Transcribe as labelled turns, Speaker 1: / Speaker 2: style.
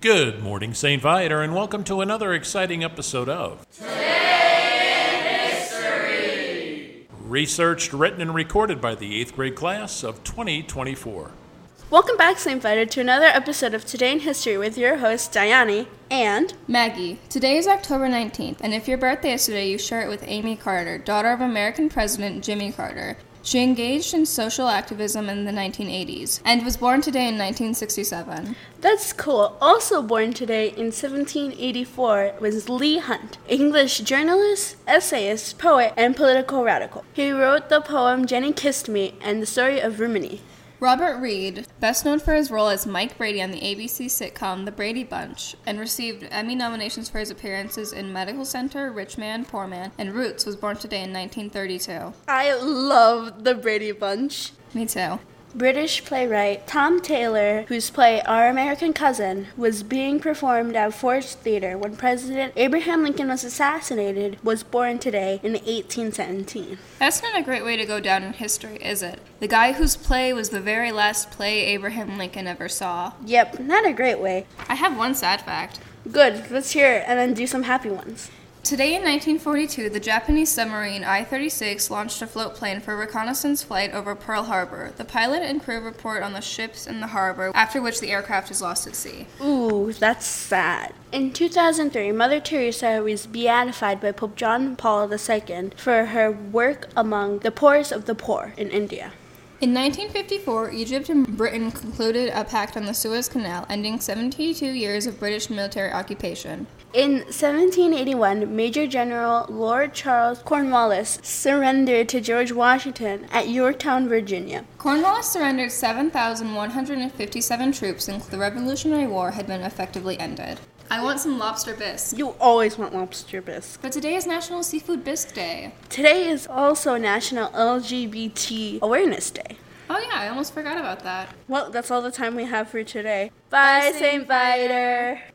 Speaker 1: Good morning, St. Viator, and welcome to another exciting episode of Today in History. Researched, written, and recorded by the 8th grade class of 2024.
Speaker 2: Welcome back, St. Fighter, to another episode of Today in History with your host, Diane, and
Speaker 3: Maggie, today is October 19th, and if your birthday is today, you share it with Amy Carter, daughter of American President Jimmy Carter. She engaged in social activism in the 1980s and was born today in 1967.
Speaker 2: that's cool. Also born today in 1784 was Leigh Hunt, English journalist, essayist, poet, and political radical. He wrote the poem Jenny Kissed Me and the story of Rumini.
Speaker 3: Robert Reed, best known for his role as Mike Brady on the ABC sitcom The Brady Bunch, and received Emmy nominations for his appearances in Medical Center, Rich Man, Poor Man, and Roots, was born today in 1932.
Speaker 2: I love the Brady Bunch.
Speaker 3: Me too.
Speaker 2: British playwright Tom Taylor, whose play Our American Cousin was being performed at Forge Theater when President Abraham Lincoln was assassinated, was born today in 1817.
Speaker 3: That's not a great way to go down in history, is it? The guy whose play was the very last play Abraham Lincoln ever saw.
Speaker 2: Yep, not a great way.
Speaker 3: I have one sad fact.
Speaker 2: Good, let's hear it and then do some happy ones.
Speaker 3: Today in 1942, the Japanese submarine I 36 launched a float plane for reconnaissance flight over Pearl Harbor. The pilot and crew report on the ships in the harbor, after which the aircraft is lost at sea.
Speaker 2: Ooh, that's sad. In 2003, Mother Teresa was beatified by Pope John Paul II for her work among the poorest of the poor in India.
Speaker 3: In 1954, Egypt and Britain concluded a pact on the Suez Canal, ending 72 years of British military occupation.
Speaker 2: In 1781, Major General Lord Charles Cornwallis surrendered to George Washington at Yorktown, Virginia.
Speaker 3: Cornwallis surrendered 7,157 troops, and the Revolutionary War had been effectively ended. I want some lobster bisque.
Speaker 2: You always want lobster bisque.
Speaker 3: But today is National Seafood Bisque Day.
Speaker 2: Today is also National LGBT Awareness Day.
Speaker 3: Oh, yeah, I almost forgot about that.
Speaker 2: Well, that's all the time we have for today. Bye, St. Vider.